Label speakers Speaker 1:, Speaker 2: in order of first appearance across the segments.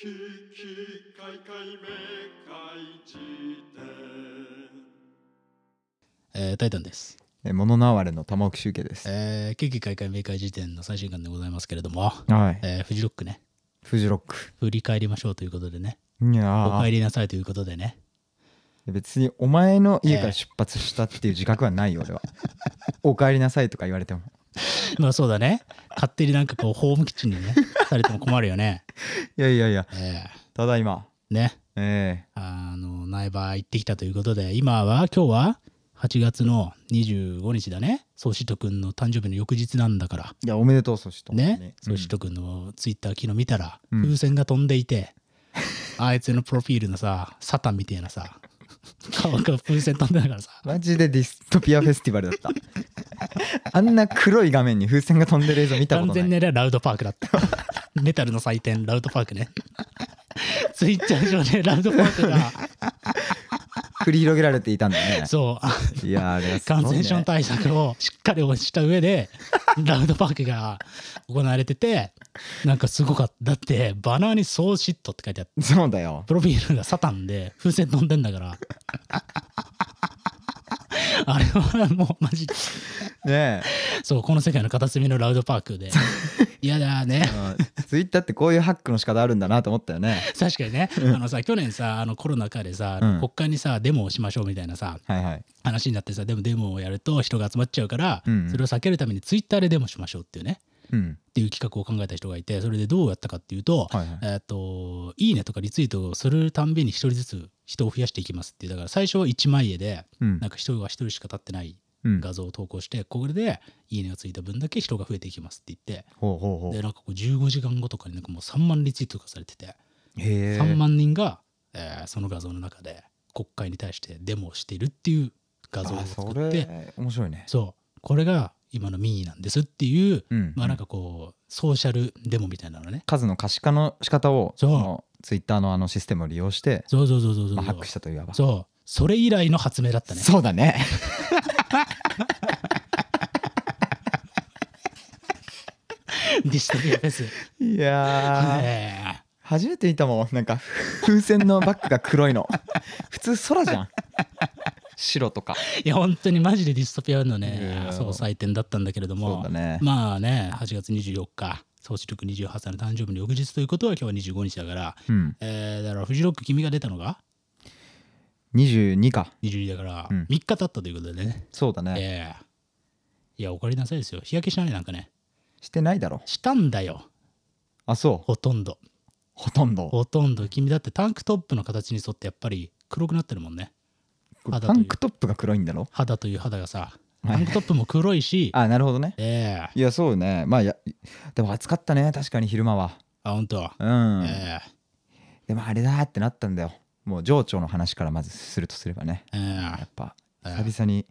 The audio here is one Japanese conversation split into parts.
Speaker 1: ききかいかいめかいじ典
Speaker 2: えータイタンです。
Speaker 3: えー、モノナワレの玉置集計です。
Speaker 2: えー、近畿開会明快時点の最新刊でございますけれども、
Speaker 3: はい。
Speaker 2: えー、フジロックね、
Speaker 3: フジロック。
Speaker 2: 振り返りましょうということでね、
Speaker 3: いや
Speaker 2: お帰
Speaker 3: ー
Speaker 2: りなさいということでね、
Speaker 3: 別にお前の家から出発したっていう自覚はないよ、 俺は。お帰りなさいとか言われても。
Speaker 2: まあそうだね、勝手になんかこう、ホーム基地にね、されても困るよね。
Speaker 3: いやいやいや、
Speaker 2: え
Speaker 3: ただいま。
Speaker 2: ー、ね、
Speaker 3: え
Speaker 2: あの、苗場行ってきたということで、今は、今日は8月の25日だね、宗志斗くんの誕生日の翌日なんだから、
Speaker 3: ーいや、おめでとう、そしと。
Speaker 2: ね、宗志
Speaker 3: と。
Speaker 2: 斗くんのツイッター昨日見たら、
Speaker 3: うん
Speaker 2: 風船が飛んでいて、あいつのプロフィールのさ、サタンみたいなさ、顔が風船飛んでたからさ、
Speaker 3: マジでディストピアフェスティバル だった。あんな黒い画面に風船が飛んでる映像見たこ
Speaker 2: 完
Speaker 3: とない。
Speaker 2: 全にあれはラウドパークだった。メタルの祭典、ラウドパークね。ツイッチャー上でラウドパークが、
Speaker 3: 繰り広げられていたんだね。
Speaker 2: そう、
Speaker 3: いやー、あれはすごい
Speaker 2: 感
Speaker 3: ね
Speaker 2: 染症対策をしっかりした上で、ラウドパークが行われてて、なんかすごかった。だって、バナーにソーシットって書いてあって、
Speaker 3: そうだよ。
Speaker 2: プロフィールがサタンで風船飛んでんだ から。あれはもうマジで
Speaker 3: ね
Speaker 2: そうこの世界の片隅のラウドパークで嫌だね
Speaker 3: え。ツイッターってこういうハックの仕方あるんだなと思ったよね。
Speaker 2: 確かにねあのさ去年さあのコロナ禍でさ、
Speaker 3: うん
Speaker 2: 国会にさデモをしましょうみたいなさ
Speaker 3: はいはい。
Speaker 2: 話になってさでもデモをやると人が集まっちゃうから、
Speaker 3: うん
Speaker 2: それを避けるためにツイッターでデモしましょうっていうね
Speaker 3: うん。
Speaker 2: っていう企画を考えた人がいてそれでどうやったかっていうと、
Speaker 3: はいはい
Speaker 2: えーっといいねとかリツイートをするたんびに一人ずつ人を増やしていきますっていうだから最初は1枚絵で
Speaker 3: うん
Speaker 2: なんか人が一人しか立ってない
Speaker 3: うん。
Speaker 2: 画像を投稿して、これでいいねがついた分だけ人が増えていきますって言って、
Speaker 3: ほうほうほう
Speaker 2: で、。なんかこう15時間後とかになんかもう3万リツイートとかされてて、
Speaker 3: へえ
Speaker 2: 3万人が、えーその画像の中で国会に対してデモをしているっていう画像を
Speaker 3: あ
Speaker 2: 作
Speaker 3: そ
Speaker 2: って、
Speaker 3: れ面白いね
Speaker 2: そう、これが今の民意なんですっていう、
Speaker 3: うん
Speaker 2: まあなんかこう、ソーシャルデモみたいなのね。
Speaker 3: 数の可視化の仕方を
Speaker 2: そう
Speaker 3: ツイッターのあのシステムを利用して、
Speaker 2: そうそうそうそうそう。
Speaker 3: まあ、ハックしたといえば
Speaker 2: そう。それ以来の発明だったね。
Speaker 3: そう だね
Speaker 2: ディストピアフェ ス。
Speaker 3: いやー
Speaker 2: えー
Speaker 3: 初めて見たもんなんか風船のバッグが黒いの 普通空じゃん白とか
Speaker 2: いや本当にマジでディストピアの
Speaker 3: い
Speaker 2: ね
Speaker 3: や
Speaker 2: そう採点だったんだけれども
Speaker 3: そうだね
Speaker 2: まあね8月24日総視力28歳の誕生日の翌日ということは今日は25日だから、
Speaker 3: うん
Speaker 2: えーだからフジロック君が出たのが
Speaker 3: 22か
Speaker 2: 22だから
Speaker 3: うん
Speaker 2: 3日経ったということでね、
Speaker 3: そうだね
Speaker 2: えーいやおかえりなさいですよ日焼けしないねなんかね
Speaker 3: してないだろ
Speaker 2: したんだよ
Speaker 3: あそう
Speaker 2: ほとんど
Speaker 3: ほとんど
Speaker 2: ほとんど君だってタンクトップの形に沿ってやっぱり黒くなってるもんね
Speaker 3: これ
Speaker 2: 肌
Speaker 3: タ
Speaker 2: という
Speaker 3: ンクトップが黒いんだろ
Speaker 2: 肌という肌がさ
Speaker 3: は
Speaker 2: タ
Speaker 3: い
Speaker 2: ンクトップも黒いし、
Speaker 3: あなるほどね
Speaker 2: ええ
Speaker 3: いやそうねまあやでも暑かったね確かに昼間は
Speaker 2: あ本当、
Speaker 3: うん、
Speaker 2: ええ
Speaker 3: でもあれだーってなったんだよもう情緒の話からまずするとすればね
Speaker 2: ええ
Speaker 3: やっぱ
Speaker 2: うん
Speaker 3: 久々に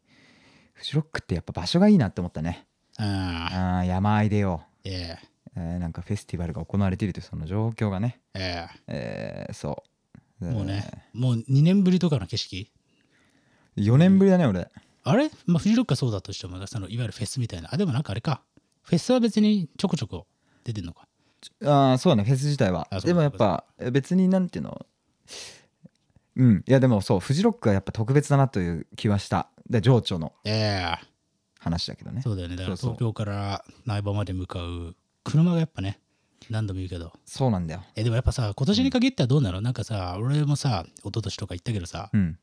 Speaker 3: フジロックってやっぱ場所がいいなって思ったね
Speaker 2: ああ、
Speaker 3: あー山あいでよ、
Speaker 2: ええ、
Speaker 3: えーなんかフェスティバルが行われているというその状況がね
Speaker 2: え
Speaker 3: えーそう
Speaker 2: え、もうね、もう2年ぶりとかの景色。
Speaker 3: 4年ぶりだね俺
Speaker 2: あれまあ、フジロックはそうだとしても、そのいわゆるフェスみたいな。あ、でもなんかあれか。フェスは別にちょこちょこ出てんのか。
Speaker 3: ああそうだねフェス自体は
Speaker 2: あそう
Speaker 3: でもやっぱ別になんていうのうんいやでもそうフジロックはやっぱ特別だなという気はしたで情緒の
Speaker 2: ええ、
Speaker 3: 話だけどね
Speaker 2: そうだよね。だから
Speaker 3: そうそう
Speaker 2: 東京から苗場まで向かう車がやっぱね、何度も言うけど。
Speaker 3: そうなんだよ
Speaker 2: え、でもやっぱさ、今年に限ってはどうなのなんかさ、俺もさ、一昨年とか行ったけどさ、
Speaker 3: うん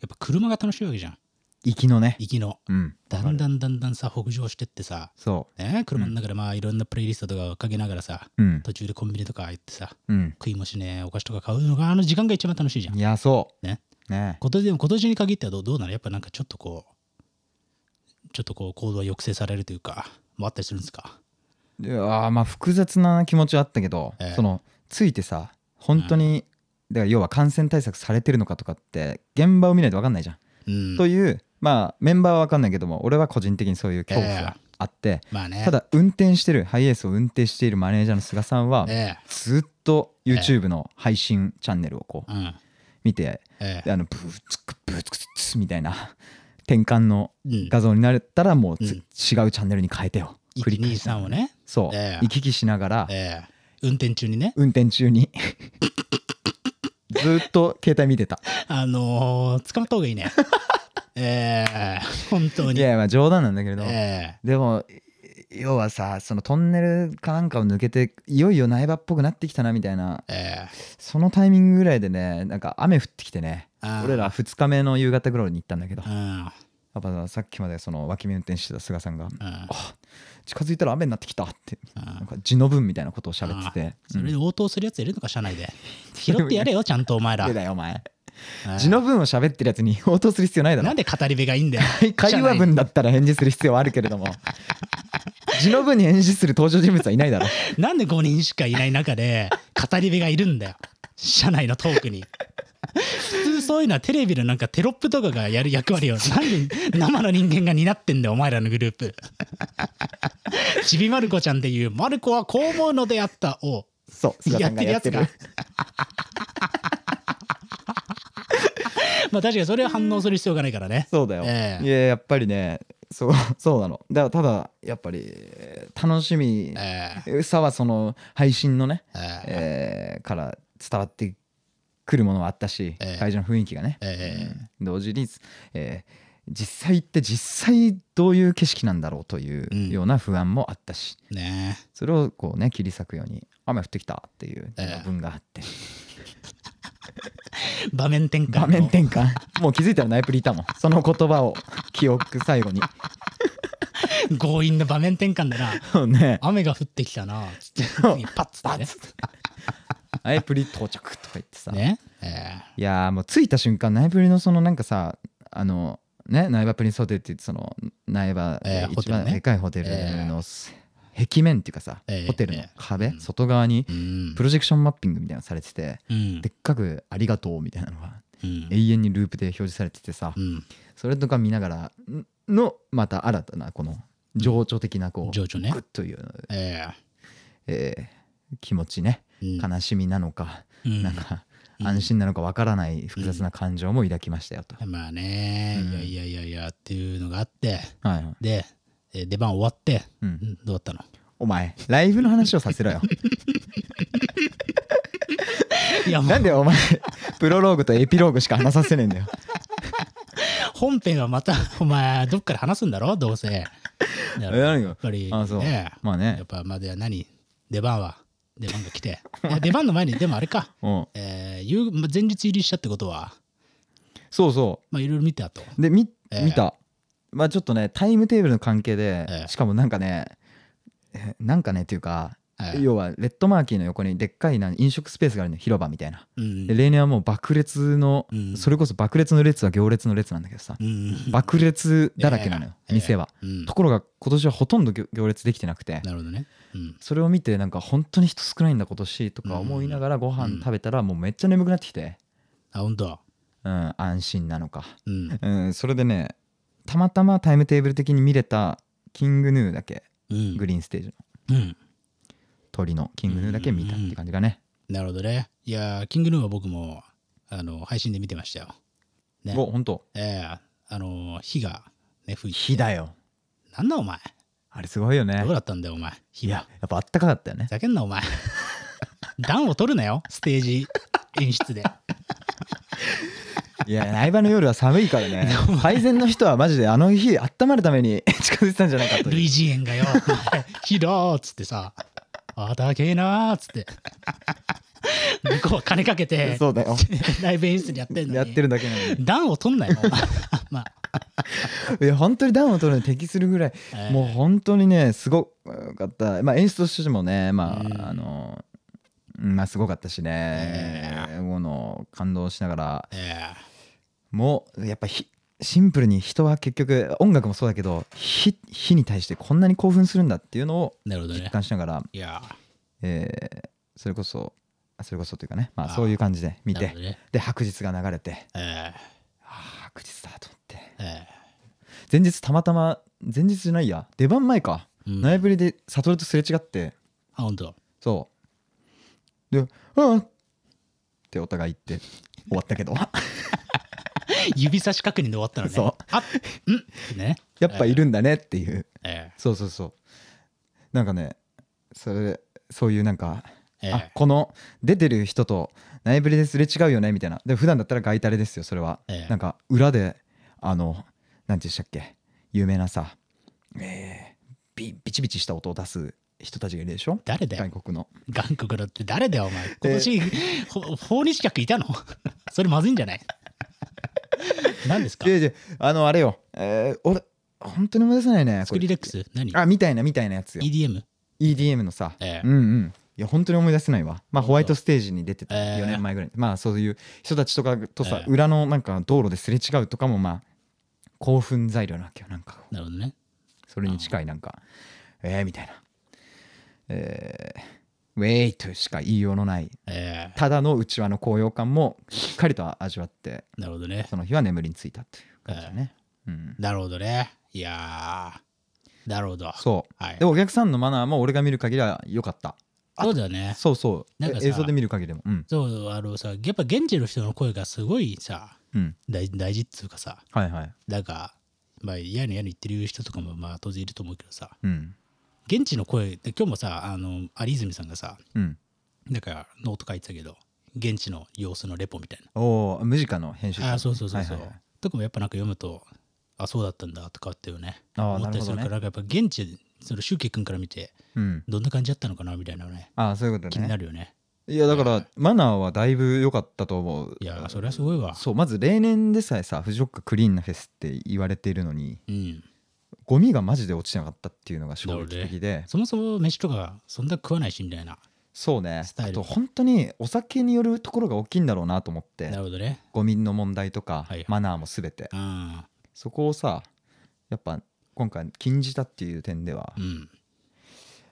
Speaker 2: やっぱ車が楽しいわけじゃん。
Speaker 3: 行きのね
Speaker 2: 行きの。
Speaker 3: うん
Speaker 2: だんだんだんだんさ、北上してってさ、
Speaker 3: そ
Speaker 2: ね、車の中でまあいろんなプレイリストとかをかけながらさ、
Speaker 3: ううん
Speaker 2: 途中でコンビニとか行ってさ、
Speaker 3: うん
Speaker 2: 食いもしねえお菓子とか買うのがあの時間が一番楽しいじゃん
Speaker 3: いやそう
Speaker 2: ね
Speaker 3: ね
Speaker 2: 今年でも今年に限ってはどうどうなのやっぱなんかちょっとこうちょっとこう行動は抑制されるというかもあったりするんですか
Speaker 3: いやーまあ複雑な気持ちはあったけど、
Speaker 2: ええ
Speaker 3: そのついてさ本当に、だから要は感染対策されてるのかとかって現場を見ないと分かんないじゃん。
Speaker 2: うん
Speaker 3: というまあメンバーは分かんないけども俺は個人的にそういう恐怖があって、
Speaker 2: まあね
Speaker 3: ただ運転してるハイエースを運転しているマネージャーの菅さんは、
Speaker 2: え
Speaker 3: ずっと YouTube の配信チャンネルをこ
Speaker 2: え
Speaker 3: う
Speaker 2: うん
Speaker 3: 見て、
Speaker 2: ええ
Speaker 3: であのブーツクブーツクツみたいな転換の
Speaker 2: うん
Speaker 3: 画像になったらもう
Speaker 2: う
Speaker 3: つ、
Speaker 2: ん
Speaker 3: 違うチャンネルに変えてよ。繰り返しな
Speaker 2: 123
Speaker 3: がら
Speaker 2: をね
Speaker 3: そう、
Speaker 2: ええ
Speaker 3: 行き来しながら、
Speaker 2: ええ運転中にね
Speaker 3: 運転中にずっと携帯見 てた。
Speaker 2: あのー、捕まった方がいいね。 ええ本当
Speaker 3: い
Speaker 2: に。
Speaker 3: やいやまあ冗談なんだけれど、
Speaker 2: え
Speaker 3: でもい要はさそのトンネルかなんかを抜けていよいよ苗場っぽくなってきたなみたいな
Speaker 2: ええ
Speaker 3: そのタイミングぐらいでねなんか雨降ってきてね
Speaker 2: あー
Speaker 3: 俺ら2日目の夕方ぐらいに行ったんだけど
Speaker 2: えうん
Speaker 3: やっぱさっきまでその脇見運転してた菅さんが
Speaker 2: うん
Speaker 3: 「近づいたら雨になってきた」って
Speaker 2: うん
Speaker 3: なんか字の文みたいなことを喋ってて「
Speaker 2: それで応答するやついるのか、社内 で。拾
Speaker 3: や
Speaker 2: ってやれよ、ちゃんとお前ら
Speaker 3: うん、。だよお前
Speaker 2: うん
Speaker 3: 字の文を喋ってるやつに応答する必要ないだろ
Speaker 2: なんで語り部がいいんだよ。
Speaker 3: 会話文だったら返事する必要はあるけれ ども字の文に返事する登場人物はいないだろ
Speaker 2: なんで5人しかいない中で語り部がいるんだよ社内のトークに普通そういうのはテレビのなんかテロップとかがやる役割をなんで生の人間が担ってんだよお前らのグループちびまる子ちゃんでいう「まる子はこう思うのであった」を
Speaker 3: そう菅
Speaker 2: や
Speaker 3: さ
Speaker 2: っ
Speaker 3: んが
Speaker 2: てる
Speaker 3: や
Speaker 2: や
Speaker 3: って
Speaker 2: つ
Speaker 3: る
Speaker 2: がまあ確かにそれは反応する必要がないからね
Speaker 3: そうだよ、
Speaker 2: ええ
Speaker 3: いややっぱりねそうそうなのだからただやっぱりえー楽しみ
Speaker 2: ええ
Speaker 3: さはその配信のね、
Speaker 2: ええ
Speaker 3: えーから伝わってくるものはあったし、
Speaker 2: ええ
Speaker 3: 会場の雰囲気がね、
Speaker 2: え
Speaker 3: うん同時に、えー実際行って実際どういう景色なんだろうとい
Speaker 2: うん
Speaker 3: うような不安もあったし、
Speaker 2: えねえ
Speaker 3: それをこうね切り裂くように雨降ってきたっていう文があって、
Speaker 2: 場面転換の
Speaker 3: 場面転換 もう気づいたらナイプリいたもんその言葉を記憶最後に
Speaker 2: 強引な場面転換だな
Speaker 3: そうね
Speaker 2: 雨が降ってきたなつって
Speaker 3: そう
Speaker 2: 次パッつってね
Speaker 3: ナイプリ到着とか言ってさ、
Speaker 2: ねえ
Speaker 3: いやーもう着いた瞬間ナイプリのそのなんかさあのね苗場プリンスホテルって言ってその苗場
Speaker 2: えーホ
Speaker 3: 一
Speaker 2: テルね
Speaker 3: 番でかいホテルの壁面っていうかさ
Speaker 2: えー
Speaker 3: ホテルの
Speaker 2: え
Speaker 3: 壁
Speaker 2: ー
Speaker 3: 外側に
Speaker 2: えうん
Speaker 3: プロジェクションマッピングみたいなのされてて
Speaker 2: うん
Speaker 3: でっかく「ありがとう」みたいなのが
Speaker 2: うん
Speaker 3: 永遠にループで表示されててさ
Speaker 2: うん
Speaker 3: それとか見ながらんのまた新たなこの情緒的なこう
Speaker 2: 情緒ね
Speaker 3: グッという、
Speaker 2: え
Speaker 3: えー気持ちね
Speaker 2: えうん
Speaker 3: 悲しみなのか、
Speaker 2: うん
Speaker 3: なんか
Speaker 2: うん
Speaker 3: 安心なのかわからない複雑な感情も抱きましたよと。
Speaker 2: まあね
Speaker 3: うん
Speaker 2: いやいやいやいやっていうのがあって
Speaker 3: はいはい
Speaker 2: でえー出番終わって
Speaker 3: う、
Speaker 2: うんんどうだったの
Speaker 3: お前ライブの話をさせろよ
Speaker 2: いやも
Speaker 3: な
Speaker 2: うん
Speaker 3: でお前プロローグとエピローグしか話させねえん だよ
Speaker 2: 本編はまたお前どっから話すんだろどうせだから
Speaker 3: え何が
Speaker 2: やっぱり
Speaker 3: あそう
Speaker 2: ね
Speaker 3: まあね
Speaker 2: やっぱまだ何出番は出番が来ていや出番の前にでもあれか
Speaker 3: うん
Speaker 2: えー夕ま前日入りしたってことは
Speaker 3: そうそ
Speaker 2: まあいろいろ見たと
Speaker 3: うでみ、
Speaker 2: ええ
Speaker 3: 見たまあちょっとねタイムテーブルの関係で、
Speaker 2: ええ
Speaker 3: しかもなんかねえなんかねっていうか、
Speaker 2: ええ
Speaker 3: 要はレッドマーキーの横にでっかいな飲食スペースがあるのよ広場みたいな
Speaker 2: うん
Speaker 3: で例年はもう爆裂の、
Speaker 2: うん
Speaker 3: それこそ爆裂の列は行列の列なんだけどさ、
Speaker 2: うん
Speaker 3: 爆裂だらけなのよ、
Speaker 2: ええ
Speaker 3: 店は、
Speaker 2: うん
Speaker 3: ところが今年はほとんど行行列できてなくて
Speaker 2: なるほどね。うん。
Speaker 3: それを見てなんか本当に人少ないんだ今年とか思いながらご飯食べたらもうめっちゃ眠くなってきて、
Speaker 2: あ、本当。
Speaker 3: うん、安心なのか、
Speaker 2: うん。
Speaker 3: うん、それでねたまたまタイムテーブル的に見れたキングヌーだけ
Speaker 2: うん
Speaker 3: グ。リーンステージの
Speaker 2: うん。
Speaker 3: 鳥のキングヌーだけ見たって感じがね、
Speaker 2: なるほどね。いやー、キングヌーは僕も、あの、配信で見てましたよ。ね
Speaker 3: お本当
Speaker 2: ええあの、火が、ね、吹いて。
Speaker 3: 火だよ
Speaker 2: なんだお前。
Speaker 3: あれすごいよね
Speaker 2: どうだったんだよ、お前。
Speaker 3: い
Speaker 2: 火
Speaker 3: や
Speaker 2: は。
Speaker 3: やっぱあったかかったよね
Speaker 2: ふざけんな、お前。 暖を取るなよ、ステージ演出 で。
Speaker 3: いや苗場の夜は寒いから ね配膳の人はマジであの日温まるために 近づいてたんじゃないかという
Speaker 2: 類似演がよ、 お前火だーっつってさ、あだけえなーっつって。向こうは金かけて、
Speaker 3: そうだよ
Speaker 2: ライブ演出にやってんのに。
Speaker 3: やってるだけなのに
Speaker 2: 暖を取んなよ、お前まあ。
Speaker 3: いや本当にダウンを取るのに適するぐらい、
Speaker 2: えー
Speaker 3: もう本当にねすごかった、まあ、演出としてもねまあ、
Speaker 2: うん
Speaker 3: あのうんまあすごかったしね、この感動しながら
Speaker 2: え
Speaker 3: もうやっぱひシンプルに人は結局音楽もそうだけど火火に対してこんなに興奮するんだっていうのを
Speaker 2: えなるほど
Speaker 3: 実
Speaker 2: ね。
Speaker 3: 感しながら、
Speaker 2: いや
Speaker 3: えーそれこそそれこそというかね、まあ、
Speaker 2: あー
Speaker 3: そういう感じで
Speaker 2: ー、
Speaker 3: 見
Speaker 2: なる
Speaker 3: て
Speaker 2: ほどね、
Speaker 3: で白日が流れて
Speaker 2: えー
Speaker 3: あー白日だと思って
Speaker 2: え
Speaker 3: 前日たまたま前日じゃないや出番前か
Speaker 2: ーうん、
Speaker 3: 苗
Speaker 2: あ、
Speaker 3: ぶりで悟とすれ違って
Speaker 2: 本当。
Speaker 3: そうで「うん」ってお互い言って終わっ たけど
Speaker 2: 指差し確認で終わったのね。
Speaker 3: そう
Speaker 2: あんね。
Speaker 3: やっぱいるんだねっていう
Speaker 2: え
Speaker 3: そうそうそうなんかねそれそういうなんか
Speaker 2: えええ
Speaker 3: あこの出てる人と内ぶりですれ違うよねみたいなで普段だったら外タレですよそれは、
Speaker 2: ええ
Speaker 3: なんか裏であの何て言うんでしたっけ有名なさ、えービビチビチした音を出す人たちがいるでしょ
Speaker 2: 誰だよ
Speaker 3: 外国の
Speaker 2: 韓国だって誰だよお前今年、ほ訪日客いたの それまずいんじゃない何ですか
Speaker 3: いやいやあのあれよ、えー俺本当に思い出せないね
Speaker 2: ス
Speaker 3: こ
Speaker 2: ク
Speaker 3: れ
Speaker 2: リレックス何
Speaker 3: あみたいなみたいなやつよ
Speaker 2: ?EDM?
Speaker 3: EDM のさ、
Speaker 2: ええ
Speaker 3: うんうんいや本当に思い出せないわまあホワイトステージに出てた
Speaker 2: ええ
Speaker 3: 4年前ぐらい、まあそういう人たちとかとさ、
Speaker 2: ええ
Speaker 3: 裏のなんか道路ですれ違うとかもまあ興奮材料なわけよなんか
Speaker 2: なるほどね。
Speaker 3: それに近いなんかえー、みたいなえー、ウェイとしか言いようのない
Speaker 2: え
Speaker 3: ただのうちわの高揚感もしっかりと味わって
Speaker 2: ーなるほどね。
Speaker 3: その日は眠りについたという感じだね、うん、
Speaker 2: なるほどね。いやー、なるほど。
Speaker 3: そう
Speaker 2: はい
Speaker 3: で、お客さんのマナーも俺が見る限りは良かった
Speaker 2: そうだよね。
Speaker 3: そうそう
Speaker 2: なんかさ
Speaker 3: 映像で見る限りでもうん
Speaker 2: そう、あのさ、やっぱ現地の人の声がすごいさ、
Speaker 3: うん
Speaker 2: 大大事っつうかさ、
Speaker 3: はいはい
Speaker 2: なんか、まあ、嫌に嫌に言ってる人とかも、まあ、当然いると思うけどさ、
Speaker 3: うん
Speaker 2: 現地の声、で今日もさ、あの、有泉さんがさ、
Speaker 3: うん
Speaker 2: なんか、ノート書いてたけど、現地の様子のレポみたい
Speaker 3: おお、ムジカの編集者。
Speaker 2: な。あーそうそうそうそう。
Speaker 3: はいはいはい
Speaker 2: とかもやっぱなんか読むと、あ、そうだったんだとかっていうね、
Speaker 3: あー
Speaker 2: 思ったりするから、
Speaker 3: な
Speaker 2: なんかやっぱ現地、その、シュウケイ君から見て、
Speaker 3: うん。
Speaker 2: どんな感じだったのかなみたいなのね、
Speaker 3: ああ、そういうこと
Speaker 2: 気にな
Speaker 3: ね。
Speaker 2: るよね。
Speaker 3: いや、だから、マナーはだいぶ良かったと思う。
Speaker 2: いやー、それはすごいわ。
Speaker 3: そう、まず例年でさえさ、フジロッククリーンなフェスって言われているのに、
Speaker 2: うん。
Speaker 3: ゴミがマジで落ちてなかったっていうのが衝撃的で、
Speaker 2: そもそも飯とかそんな食わないしみたいな。
Speaker 3: そうね
Speaker 2: ス。タイ
Speaker 3: あ
Speaker 2: ル
Speaker 3: と、本当にお酒によるところが大きいんだろうなと思っ
Speaker 2: な
Speaker 3: て、
Speaker 2: るほどね。
Speaker 3: ゴミの問題とか
Speaker 2: はいはい、
Speaker 3: マナーもすべて。
Speaker 2: うん。
Speaker 3: そこをさ、やっぱ、今回禁じたっていう点では
Speaker 2: う、ん。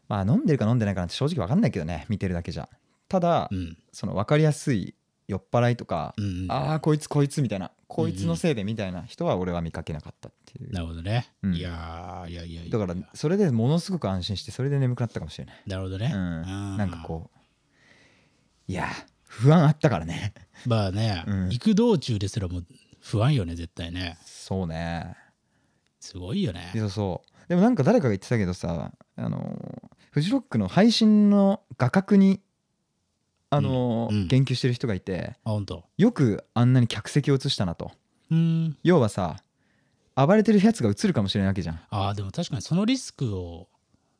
Speaker 3: まあ飲んでるか飲んでないかなんて正直分かんないけどね見てるだけじゃただ
Speaker 2: うん。
Speaker 3: その分かりやすい酔っ払いとか
Speaker 2: うん。
Speaker 3: ああこいつこいつみたいなこいつのせいでみたいな人は俺は見かけなかったっていう
Speaker 2: なるほどね。
Speaker 3: うん
Speaker 2: いやー、いやいやいや。
Speaker 3: だからそれでものすごく安心してそれで眠くなったかもしれない
Speaker 2: なるほどね。
Speaker 3: うんなんかこういやー不安あったからね
Speaker 2: う。まあね、
Speaker 3: うん
Speaker 2: 行く道中ですらもう不安よね、絶対ね。
Speaker 3: そうね
Speaker 2: すごいよね。
Speaker 3: そうそうでもなんか誰かが言ってたけどさあのーフジロックの配信の画角にあのー
Speaker 2: うんうん
Speaker 3: 言及してる人がいて
Speaker 2: あ、ほんと。
Speaker 3: よくあんなに客席を映したなと
Speaker 2: うん。
Speaker 3: 要はさ暴れてるやつが映るかもしれないわけじゃん
Speaker 2: ああ、でも確かにそのリスクを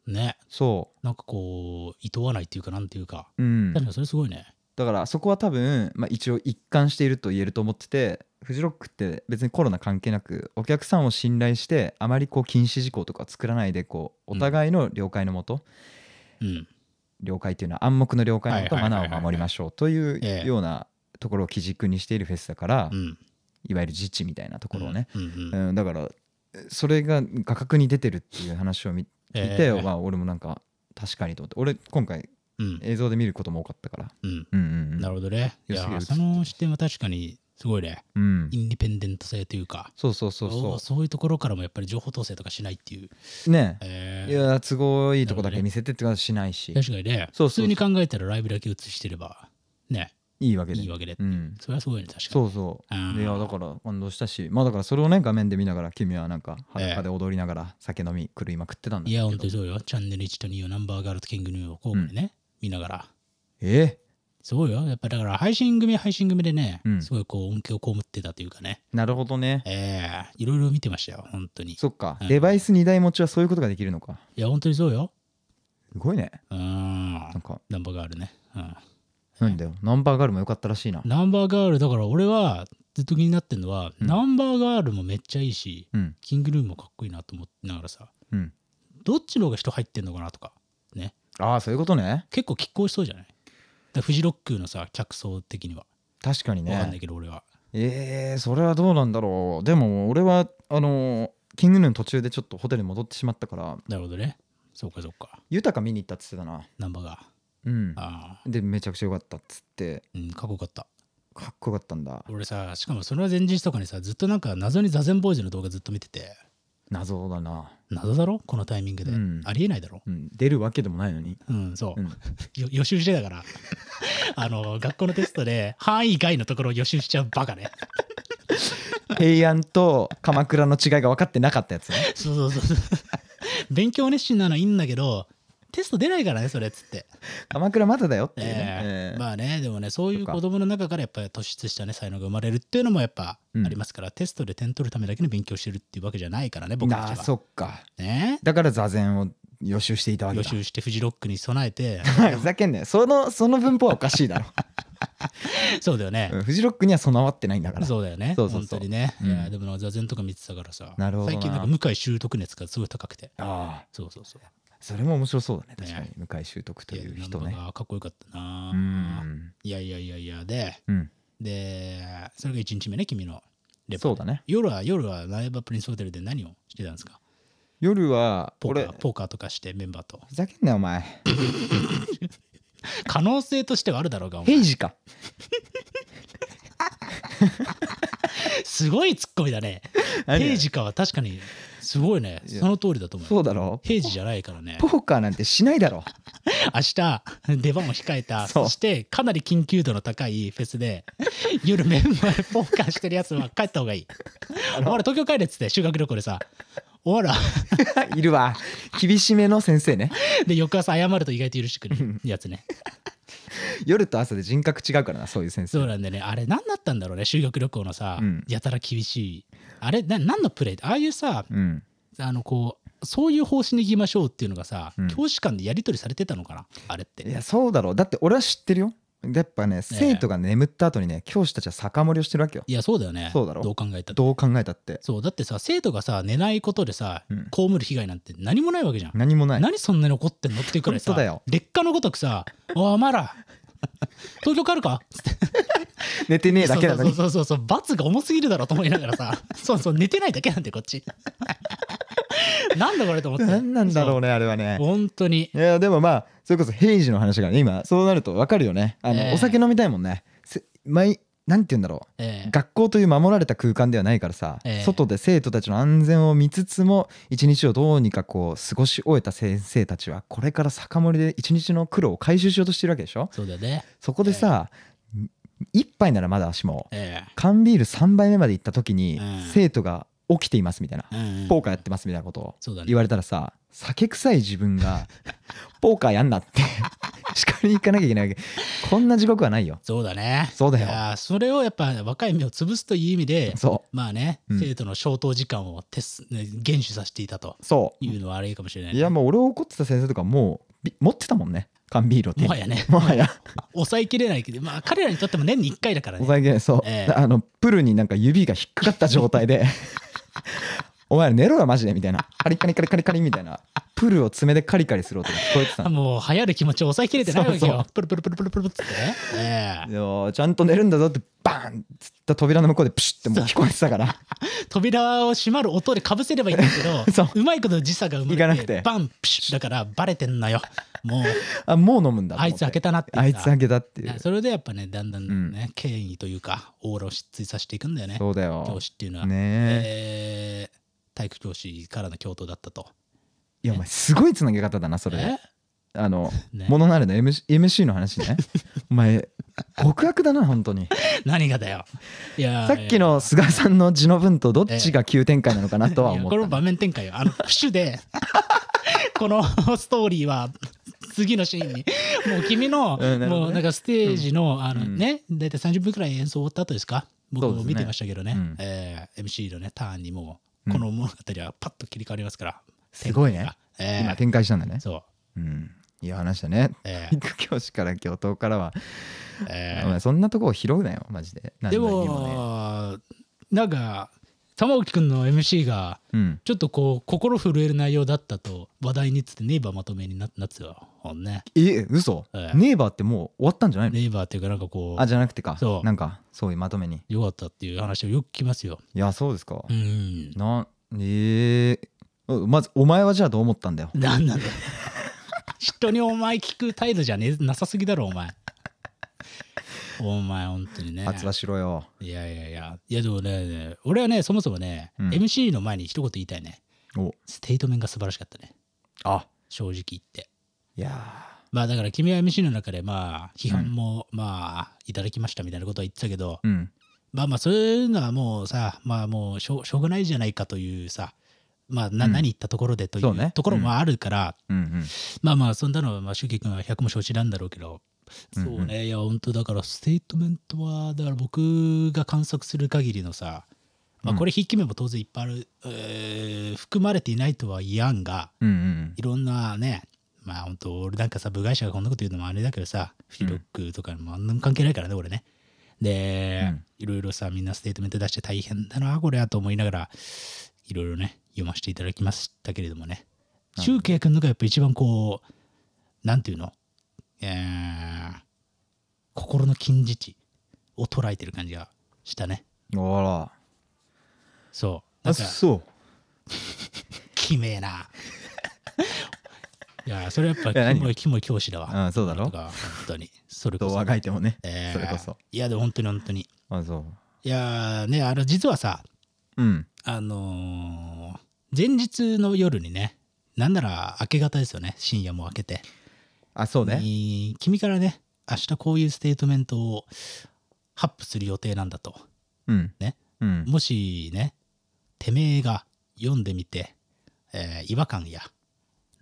Speaker 2: ね、
Speaker 3: そ
Speaker 2: なんかこう、いとわないっていうか、なんていうか。
Speaker 3: ううん
Speaker 2: 確かにそれすごいね。
Speaker 3: だからそこは多分、まあ、一応一貫していると言えると思っててフジロックって別にコロナ関係なくお客さんを信頼してあまりこう禁止事項とか作らないでこう
Speaker 2: うん
Speaker 3: お互いの了解のもと、
Speaker 2: うん。
Speaker 3: 了解っていうのは暗黙の了解のもと
Speaker 2: はいは
Speaker 3: マ
Speaker 2: いはいは
Speaker 3: ナ
Speaker 2: い
Speaker 3: ーを守りましょうと
Speaker 2: え
Speaker 3: い
Speaker 2: え
Speaker 3: うようなところを基軸にしているフェスだから、
Speaker 2: うん。
Speaker 3: いわゆる自治みたいなところをね、
Speaker 2: うん。うん。うん
Speaker 3: うんだからそれが画角に出てるっていう話を見見て、
Speaker 2: ええ
Speaker 3: まあ、俺もなんか確かにと思って俺今回
Speaker 2: うん。
Speaker 3: 映像で見ることも多かったから
Speaker 2: うん。
Speaker 3: うんうんうん
Speaker 2: なるほどね。い
Speaker 3: よ
Speaker 2: や
Speaker 3: しよ
Speaker 2: ー、
Speaker 3: し
Speaker 2: その視点は確かにすごいね。
Speaker 3: うん
Speaker 2: インディペンデント性というか、
Speaker 3: そうそうそう
Speaker 2: お
Speaker 3: そ
Speaker 2: ーそういうところからもやっぱり情報統制とかしないっていう。
Speaker 3: うね
Speaker 2: えー
Speaker 3: いや都合いいとこだけ見せてってことはしないし
Speaker 2: 確かにね、
Speaker 3: そうそうそう
Speaker 2: 普通に考えたらライブだけ映してれば、ね、
Speaker 3: いいわけで
Speaker 2: いいわけで。
Speaker 3: うん
Speaker 2: それはすごいね、確かに。
Speaker 3: そうそ
Speaker 2: あー
Speaker 3: うでいやだから感動したしまあだからそれをね画面で見ながら君はなんか裸で踊りながら酒飲み狂いまくってたんだ
Speaker 2: い
Speaker 3: け
Speaker 2: や、
Speaker 3: ど
Speaker 2: 本当にそうよ。チャンネル1と2をナンバーガールとキングニューを交互にね、見ながら。
Speaker 3: え
Speaker 2: すごいよ。やっぱだから配信組、配信組でね、
Speaker 3: うん
Speaker 2: すごいこう恩恵を被ってたというかね、
Speaker 3: ーなるほどね
Speaker 2: えー、いろいろ見てましたよ、本当に。い
Speaker 3: そっか
Speaker 2: うん
Speaker 3: デバイス2台持ちはそういうことができるのか
Speaker 2: や、本当にそうよ。
Speaker 3: すごいね
Speaker 2: うーん。
Speaker 3: なんか
Speaker 2: ナンバーガールね。うん。
Speaker 3: なんだよナンバーガールも良かったらしいな
Speaker 2: ナンバーガール、だから俺はずっと気になってんのは、
Speaker 3: うん
Speaker 2: ナンバーガールもめっちゃいいし、
Speaker 3: うん
Speaker 2: キングルームもかっこいいなと思ってながらさ、
Speaker 3: うん
Speaker 2: どっちの方が人入ってんのかなとか、ね。
Speaker 3: ああそういうことね
Speaker 2: 結構拮抗しそうじゃないだからフジロックのさ、客層的には。
Speaker 3: 確かに
Speaker 2: わかんな
Speaker 3: ね
Speaker 2: いけど俺は。
Speaker 3: えー、それはどうなんだろうでも俺はあのーキングヌーの途中でちょっとホテルに戻ってしまったから
Speaker 2: なるほどね。そうかそうか。
Speaker 3: 豊か見に行ったっつってたな
Speaker 2: ナンバーガー。
Speaker 3: うん
Speaker 2: ああ、
Speaker 3: でめちゃくちゃ良かったっつって
Speaker 2: うん、かっこよかった。
Speaker 3: かっこよかったんだ
Speaker 2: 俺さ、しかもそれは前日とかにさ、ずっとなんか謎に座禅ボーイズの動画ずっと見てて、
Speaker 3: 謎だな、
Speaker 2: 謎だろこのタイミングで。
Speaker 3: うん
Speaker 2: ありえないだろ
Speaker 3: うん、出るわけでもないのに
Speaker 2: うん、そう。
Speaker 3: うん
Speaker 2: よ予習してたから、 あの、学校のテストで範囲外のところを予習しちゃうバカね。
Speaker 3: 平安と鎌倉の違いが分かってなかったやつね
Speaker 2: そうそうそうそう。勉強熱心なのはいいんだけど、テスト出ないからねそれっつって、
Speaker 3: 鎌倉まだだよっていうね、
Speaker 2: え
Speaker 3: え
Speaker 2: え
Speaker 3: え
Speaker 2: まあねでもねそういう
Speaker 3: そっか
Speaker 2: 子供の中からやっぱり突出したね才能が生まれるっていうのもやっぱ
Speaker 3: うん
Speaker 2: ありますから、テストで点取るためだけの勉強してるっていうわけじゃないからね僕た
Speaker 3: ああ
Speaker 2: ち
Speaker 3: そ
Speaker 2: は
Speaker 3: っか
Speaker 2: ね
Speaker 3: だから座禅を予習していたわけ
Speaker 2: 予
Speaker 3: だ
Speaker 2: 習してフジロックに備え て
Speaker 3: ふざけんなよそのその文 法はおかしいだろ、
Speaker 2: そうだよね、
Speaker 3: うんフジロックには備わってないんだから
Speaker 2: そうだよね。
Speaker 3: そうそうそ
Speaker 2: 本当
Speaker 3: う
Speaker 2: にね。
Speaker 3: うん
Speaker 2: いやでもな座禅とか見てたからさ。
Speaker 3: なるほどな
Speaker 2: 最近なんか向井習得熱がすごい高くて。
Speaker 3: ああ
Speaker 2: そうそうそう。
Speaker 3: それも面白そうだね確かに
Speaker 2: ね
Speaker 3: 向井習得という人
Speaker 2: いや
Speaker 3: ね
Speaker 2: なんかかっこよかったな。
Speaker 3: うん
Speaker 2: いやいやいやいやで、
Speaker 3: うん
Speaker 2: で、それが1日目ね、君のレポ。
Speaker 3: そうだね
Speaker 2: 夜は夜はライバープリンスホテルで何をしてたんですか
Speaker 3: 夜は
Speaker 2: ポー
Speaker 3: 俺
Speaker 2: カーポーカーとかしてメンバーと。
Speaker 3: ふざけんなよお前
Speaker 2: 可能性としてはあるだろうが、お前
Speaker 3: 平時か
Speaker 2: すごいツッコミだね。
Speaker 3: 何
Speaker 2: 平時かは確かにすごいね。
Speaker 3: いや
Speaker 2: その通りだと思うよ。
Speaker 3: そうだろ
Speaker 2: 平時じゃないからね。
Speaker 3: ポーカーなんてしないだろ
Speaker 2: 明日 出番を控えた
Speaker 3: そう
Speaker 2: そしてかなり緊急度の高いフェスで夜メンバーでポーカーしてるやつは帰った方がいいお前ら東京帰れっつって修学旅行でさお前ら
Speaker 3: いるわ厳しめの先生ね
Speaker 2: で翌朝謝ると意外と許してくれるやつね
Speaker 3: 夜と朝で人格違うからなそういう先生
Speaker 2: そうなんでねあれ何だったんだろうね修学旅行のさ、
Speaker 3: うん
Speaker 2: やたら厳しいあれな何のプレイああいうさ
Speaker 3: うん
Speaker 2: あのこうそういう方針でいきましょうっていうのがさ、
Speaker 3: うん
Speaker 2: 教師間でやり取りされてたのかなあれっ
Speaker 3: い
Speaker 2: て
Speaker 3: やそうだろうだって俺は知ってるよやっぱね生徒が眠った後にね教師たちは酒盛りをしてるわけよ
Speaker 2: いやそうだよね
Speaker 3: そうだろ
Speaker 2: どう考えたって
Speaker 3: どう考えたって
Speaker 2: そうだってさ生徒がさ寝ないことでさ、
Speaker 3: うん
Speaker 2: 被る被害なんて何もないわけじゃん、
Speaker 3: 何もない
Speaker 2: 何そんなに怒ってんのっていうくらいさ
Speaker 3: 本当だよ
Speaker 2: 劣化のごとくさ「おいお前ら東京帰る か?」つって
Speaker 3: 寝てねえだけなのに
Speaker 2: そうそうそうそうそう罰が重すぎるだろと思いながら さそうそう寝てないだけなんでこっち なんだこれと思って
Speaker 3: 何なんだろう
Speaker 2: ね
Speaker 3: ねあれはね
Speaker 2: 本当に
Speaker 3: いやでもまあそれこそ平時の話がね今そうなると分かるよねあの、
Speaker 2: ええ
Speaker 3: お酒飲みたいもんねせ毎なんて言うんだろう
Speaker 2: ええ
Speaker 3: 学校という守られた空間ではないからさ、
Speaker 2: ええ
Speaker 3: 外で生徒たちの安全を見つつも一日をどうにかこう過ごし終えた先生たちはこれから酒盛りで一日の苦労を回収しようとしてるわけでしょ
Speaker 2: そうだよね
Speaker 3: そこでさ、一杯ならまだしも
Speaker 2: え
Speaker 3: 缶ビール3杯目まで行った時に、
Speaker 2: うん
Speaker 3: 生徒が起きていますみたいな
Speaker 2: え、うんうん
Speaker 3: ポーカーやってますみたいなことを
Speaker 2: そうだね
Speaker 3: 言われたらさ酒臭い自分 がポーカーやんなって叱りに行かなきゃいけないわけこんな地獄はないよ
Speaker 2: そうだね
Speaker 3: そうだよ
Speaker 2: いやーそれをやっぱ若い目を潰すという意味で
Speaker 3: そ
Speaker 2: まあね、
Speaker 3: うん
Speaker 2: 生徒の消灯時間をテス、ね、厳守させていたと
Speaker 3: うそ
Speaker 2: いうのはあれかもしれな
Speaker 3: う
Speaker 2: い、
Speaker 3: いやもう俺を怒ってた先生とかもうび持ってたもんね缶ビールを手に
Speaker 2: もはやね
Speaker 3: もはや
Speaker 2: 抑えきれないけど、まあ、彼らにとっても年に1回だから
Speaker 3: お
Speaker 2: ね。
Speaker 3: 酒ねそう、
Speaker 2: ええ
Speaker 3: あのプルになんか指が引っかかった状 態でお前ら寝ろよマジでみたいなカリカリカリカリカリみたいなプルを爪でカリカリする音が聞こえてたの
Speaker 2: もう流行る気持ちを抑えきれてないわけよ。
Speaker 3: そうそう
Speaker 2: プルプルプルプルプルっつってね。ええ
Speaker 3: いやちゃんと寝るんだぞってバーンっつった扉の向こうでプシュってもう聞こえて たから
Speaker 2: 扉を閉まる音でかぶせればいいんだけど
Speaker 3: そう
Speaker 2: うまいこと時差が生
Speaker 3: いか
Speaker 2: ま
Speaker 3: な
Speaker 2: れ
Speaker 3: く
Speaker 2: て
Speaker 3: て
Speaker 2: バンプシュだからバレてんのよ もう
Speaker 3: あもう飲むんだと
Speaker 2: あ
Speaker 3: 思っ
Speaker 2: い
Speaker 3: て
Speaker 2: つ開けたなって
Speaker 3: あ
Speaker 2: 言
Speaker 3: い
Speaker 2: っ
Speaker 3: つ
Speaker 2: た
Speaker 3: あげたっていう。
Speaker 2: それでやっぱねだんだんね、権威というかオーラを失墜させていくんだよね
Speaker 3: そうだよ。
Speaker 2: 教師っていうのは、
Speaker 3: ねえ。
Speaker 2: ええ体育教師からの教頭だったと
Speaker 3: いや、お前、すごいつなげ方だな、それ。あの、
Speaker 2: ね
Speaker 3: ものなれの MC, MC の話 ね。お前、極悪だな、本当に。
Speaker 2: え何がだよいや
Speaker 3: さっきの菅さんの字の文とどっちが急展開なのかなとはい
Speaker 2: や
Speaker 3: 思
Speaker 2: これも
Speaker 3: った。
Speaker 2: 場面展開よ あのプシュでこのストーリーは次のシーンにもう君の、
Speaker 3: うんなるほどね
Speaker 2: もうなんかステージの、あの
Speaker 3: うん
Speaker 2: ね大体30分くらい演奏終わった後ですか僕
Speaker 3: そうで
Speaker 2: も
Speaker 3: すね
Speaker 2: 見てましたけどね
Speaker 3: うん
Speaker 2: えー MC のねターンにもうこの物語はパッと切り替わりますから、
Speaker 3: すごいね。
Speaker 2: 展開が
Speaker 3: 今
Speaker 2: えー
Speaker 3: 展開したんだね。
Speaker 2: そう
Speaker 3: うん。いい話だね。
Speaker 2: え ー
Speaker 3: 育教師から教頭からは、
Speaker 2: え
Speaker 3: お
Speaker 2: ー
Speaker 3: 前そんなとこを拾うなよ、マジで。何
Speaker 2: で
Speaker 3: 々にね、
Speaker 2: もなんか玉置くんの MC が
Speaker 3: うん。
Speaker 2: ちょっとこう心震える内容だったと話題につってネイバーまとめにななってたもんね
Speaker 3: え、嘘
Speaker 2: ええ
Speaker 3: ネイバーってもう終わったんじゃないの
Speaker 2: ネイバーっていうかなんかこ
Speaker 3: あ、じゃなくてか
Speaker 2: そ。う
Speaker 3: なんか、そういうまとめに。
Speaker 2: うよかったっていう話をよく聞きますよ。
Speaker 3: いや、そうですか
Speaker 2: う。ん。
Speaker 3: なんえーうんまずお前はじゃあどう思ったんだよ
Speaker 2: なんなんだ よ人にお前聞く態度じゃねなさすぎだろお前。お前本当にね。
Speaker 3: 発話しろよ
Speaker 2: いやいやいや。いやでもね俺はねそもそもね、
Speaker 3: うん
Speaker 2: MC の前に一言言いたいね。
Speaker 3: お
Speaker 2: ステートメントが素晴らしかったね
Speaker 3: あ
Speaker 2: 正直言って。
Speaker 3: いや
Speaker 2: まあだから君は MC の中でまあ批判もまあいただきましたみたいなことは言ってたけど、
Speaker 3: ーうん
Speaker 2: まあまあそういうのはもうさまあもうしょうしょうがないじゃないかというさまあ、な
Speaker 3: うん
Speaker 2: 何言ったところでとい
Speaker 3: そうね
Speaker 2: うところもあるから、
Speaker 3: うんうん
Speaker 2: まあまあそんなのはまあ周く君は100も承知なんだろうけど、
Speaker 3: うんうん
Speaker 2: そうねいや本当だからステートメントはだから僕が観測する限りのさ、まあ、
Speaker 3: うん
Speaker 2: これひいき目も当然いっぱいある、えー含まれていないとは言わんが
Speaker 3: うんうん
Speaker 2: いろんなねまあ本当俺なんかさ部外者がこんなこと言うのもあれだけどさフジロックとかもあんなも関係ないからね俺ねで、
Speaker 3: うん
Speaker 2: いろいろさみんなステートメント出して大変だなこれはと思いながらいろいろね読ませていただきましたけれどもね
Speaker 3: なるほど
Speaker 2: 周慶君のがやっぱ一番こうなんていうのえー心の禁じ地を捉えてる感じがしたね
Speaker 3: うんあら
Speaker 2: そうな
Speaker 3: あ
Speaker 2: んか
Speaker 3: そ
Speaker 2: きめえ ないやそれやっぱ
Speaker 3: いや何
Speaker 2: キモいキモい教師だわ
Speaker 3: ううんそうだろ
Speaker 2: とか本当にそれこ
Speaker 3: 童
Speaker 2: そ
Speaker 3: 話書いてもね
Speaker 2: えー
Speaker 3: それこそ
Speaker 2: いやでも本当に本当に
Speaker 3: あそ
Speaker 2: いやーねあの実はさ
Speaker 3: ううん
Speaker 2: あのー前日の夜にねなんなら明け方ですよね深夜も明けて、
Speaker 3: あそうね
Speaker 2: に君からね明日こういうステートメントを発布する予定なんだと
Speaker 3: うん
Speaker 2: ね
Speaker 3: うん
Speaker 2: もしねてめえが読んでみて、えー違和感や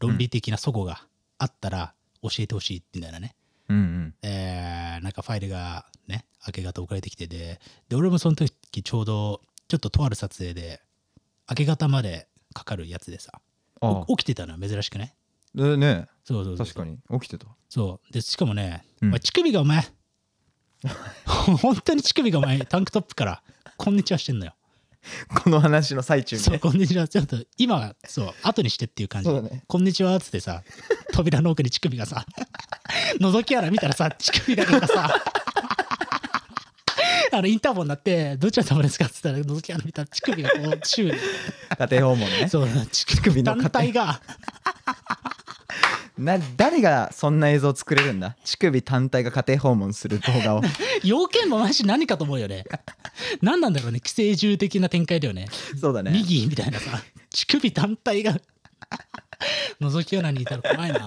Speaker 2: 論理的な齟齬があったら教えてほしいみたいなね
Speaker 3: うんうん
Speaker 2: えーなんかファイルがね明け方送られてきてでで俺もその時ちょうどちょっととある撮影で明け方までかかるやつでさ
Speaker 3: あ
Speaker 2: お起きてたのは珍しくね
Speaker 3: でね
Speaker 2: そうそうそう
Speaker 3: 確かに起きてた
Speaker 2: そうでしかもね、
Speaker 3: うん
Speaker 2: お前乳首がお前 本当に乳首がお前タンクトップからこんにちはしてんのよ
Speaker 3: この話の最中に
Speaker 2: そう
Speaker 3: ね
Speaker 2: こんにちはちょっと今はそう後にしてっていう感じ
Speaker 3: そうだね
Speaker 2: こんにちはっつってさ扉の奥に乳首がさ 覗き穴見たらさ乳首がなんかさ あのインターホンになって「どちら様ですか?」っつったら覗き穴見たら乳首がこう宙に
Speaker 3: 家庭訪問ね
Speaker 2: そう乳首
Speaker 3: の
Speaker 2: の単体が
Speaker 3: な誰がそんな映像作れるんだ乳首単体が家庭訪問する動画 を
Speaker 2: 要件もなし何かと思うよね何なんだろうね寄生獣的な展開だよね
Speaker 3: そうだね
Speaker 2: 右みたいなさ乳首単体が 覗き穴にいたら怖いな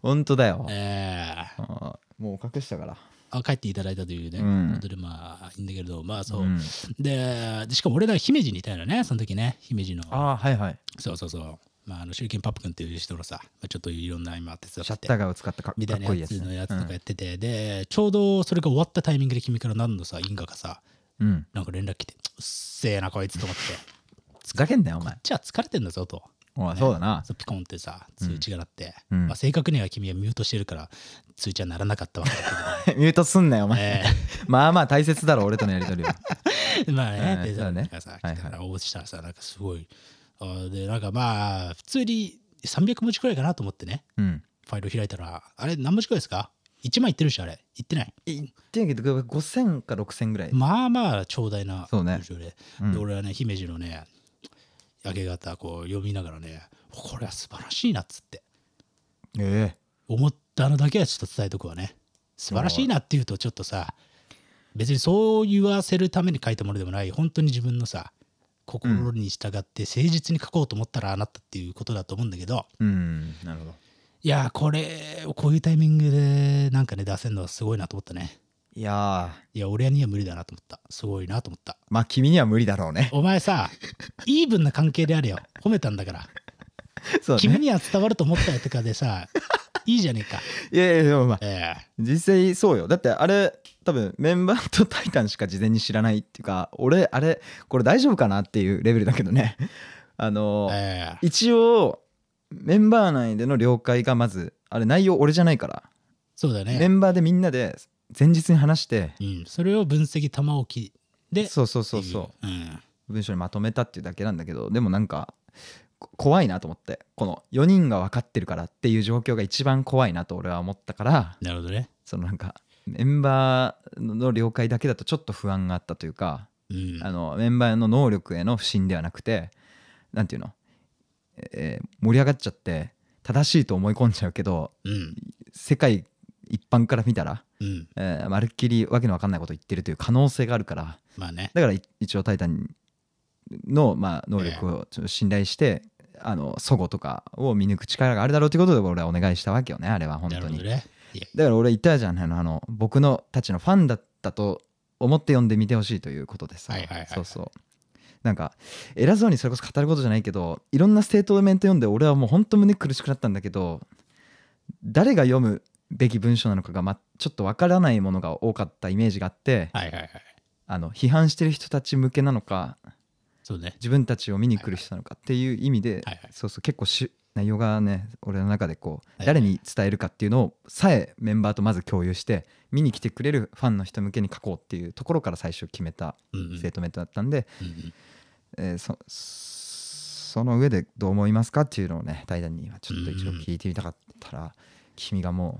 Speaker 3: 本当だよ
Speaker 2: ええ
Speaker 3: あーもう隠したから
Speaker 2: あ帰っていただいたというね、
Speaker 3: うん
Speaker 2: ことでまあいいんだけれどまあそう、
Speaker 3: ん
Speaker 2: ででしかも俺ら姫路にいたよねその時ね姫路の
Speaker 3: ああはいはい
Speaker 2: そうそうそうまああの集金パップ君っていう人のさ、まあ、ちょっといろんな今手伝って
Speaker 3: シャッターがを使ったかか
Speaker 2: みたい
Speaker 3: っ
Speaker 2: な
Speaker 3: こいい
Speaker 2: や
Speaker 3: や
Speaker 2: つ
Speaker 3: つ
Speaker 2: の
Speaker 3: ね
Speaker 2: やつとかやってて、でちょうどそれが終わったタイミングで君から何のさ因果かさ
Speaker 3: うんうん
Speaker 2: なんか連絡来てうっせえなこいつと思って
Speaker 3: ふざけんなよお
Speaker 2: こ
Speaker 3: 前
Speaker 2: っちは疲れてんだぞと
Speaker 3: おいそうだな
Speaker 2: そうピコンってさ通知が鳴って、
Speaker 3: うん
Speaker 2: まあ、正確には君はミュートしてるから通知は鳴らなかったわけだけどね
Speaker 3: ミュートすんなよお前
Speaker 2: ええ
Speaker 3: まあまあ大切だろ俺とのやりとり は
Speaker 2: まあね
Speaker 3: う、ん
Speaker 2: デザインとか
Speaker 3: そ
Speaker 2: さ、
Speaker 3: うだね
Speaker 2: 来たら応募したらさ、なんかすごい。あーで、なんかまあ、普通に300文字くらいかなと思ってね、
Speaker 3: うん
Speaker 2: ファイル開いたら、あれ何文字くらいですか ?1 枚いってるでしょ、あれ。いってない。
Speaker 3: 言ってんけど5000か6000ぐらい、
Speaker 2: まあまあ、長大な
Speaker 3: そうね
Speaker 2: 文章で。
Speaker 3: うん
Speaker 2: で、俺はね、姫路のね、明け方、こう読みながらね、これは素晴らしいなっつって、
Speaker 3: え
Speaker 2: 思ったのだけはちょっと伝えとくわね。素晴らしいなっていうと、ちょっとさ、別にそう言わせるために書いたものでもない本当に自分のさ心に従って誠実に書こうと思ったらああなったっていうことだと思うんだけど
Speaker 3: えうんなるほど
Speaker 2: いやーこれをこういうタイミングでなんかね出せるのはすごいなと思ったね
Speaker 3: いやー
Speaker 2: いや俺には無理だなと思ったすごいなと思った
Speaker 3: まあ君には無理だろうね
Speaker 2: お前さイーブンな関係であれよ褒めたんだから、
Speaker 3: そうね
Speaker 2: 君には伝わると思ったよとかでさいいじゃねえか
Speaker 3: いやいやでもまあ
Speaker 2: え
Speaker 3: 実際そうよだってあれ多分メンバーとタイタンしか事前に知らないっていうか俺あれこれ大丈夫かなっていうレベルだけどねあ
Speaker 2: え
Speaker 3: の
Speaker 2: ええ
Speaker 3: 一応メンバー内での了解がまずあれ内容俺じゃないから、
Speaker 2: そうだ
Speaker 3: メ
Speaker 2: ね
Speaker 3: ンバーでみんなで前日に話して
Speaker 2: うんそれを分析玉置きで、
Speaker 3: そうそうそうそ
Speaker 2: う
Speaker 3: う
Speaker 2: ん、
Speaker 3: う文章にまとめたっていうだけなんだけどでもなんかこ怖いなと思ってこの4人が分かってるからっていう状況が一番怖いなと俺は思ったから
Speaker 2: なるほどね
Speaker 3: そのなんかメンバーの了解だけだとちょっと不安があったというか、
Speaker 2: うん
Speaker 3: あのメンバーの能力への不信ではなくてなんていうの、えー盛り上がっちゃって正しいと思い込んじゃうけど
Speaker 2: うん
Speaker 3: 世界一般から見たら、
Speaker 2: うん
Speaker 3: えーまるっきりわけのわかんないこと言ってるという可能性があるから
Speaker 2: まあね
Speaker 3: だからい一応「タイタン」の、まあ、能力をちょっと信頼して。あの祖語とかを見抜く力があるだろうということで俺はお願いしたわけよねあれは本
Speaker 2: なる
Speaker 3: 当
Speaker 2: ほ
Speaker 3: に
Speaker 2: どね
Speaker 3: だから俺言ったじゃんあのあの僕のたちのファンだったと思って読んでみてほしいということでさ、
Speaker 2: はいはいはい
Speaker 3: そうそうなんか偉そうにそれこそ語ることじゃないけどいろんなステートメント読んで俺はもうほんと胸苦しくなったんだけど誰が読むべき文章なのかが、ま、ちょっとわからないものが多かったイメージがあって
Speaker 2: はいはいはい。
Speaker 3: あの批判してる人たち向けなのか
Speaker 2: そうね。
Speaker 3: 自分たちを見に来る人なのかっていう意味で、
Speaker 2: はいはい
Speaker 3: そうそう結構し内容がね俺の中でこう、
Speaker 2: はい
Speaker 3: 誰に伝えるかっていうのをさえメンバーとまず共有して見に来てくれるファンの人向けに書こうっていうところから最初決めた
Speaker 2: うんうん。
Speaker 3: ステートメントだったんで、
Speaker 2: うんうん
Speaker 3: えーそその上でどう思いますかっていうのをね対談にはちょっと一応聞いてみたかったら、君がも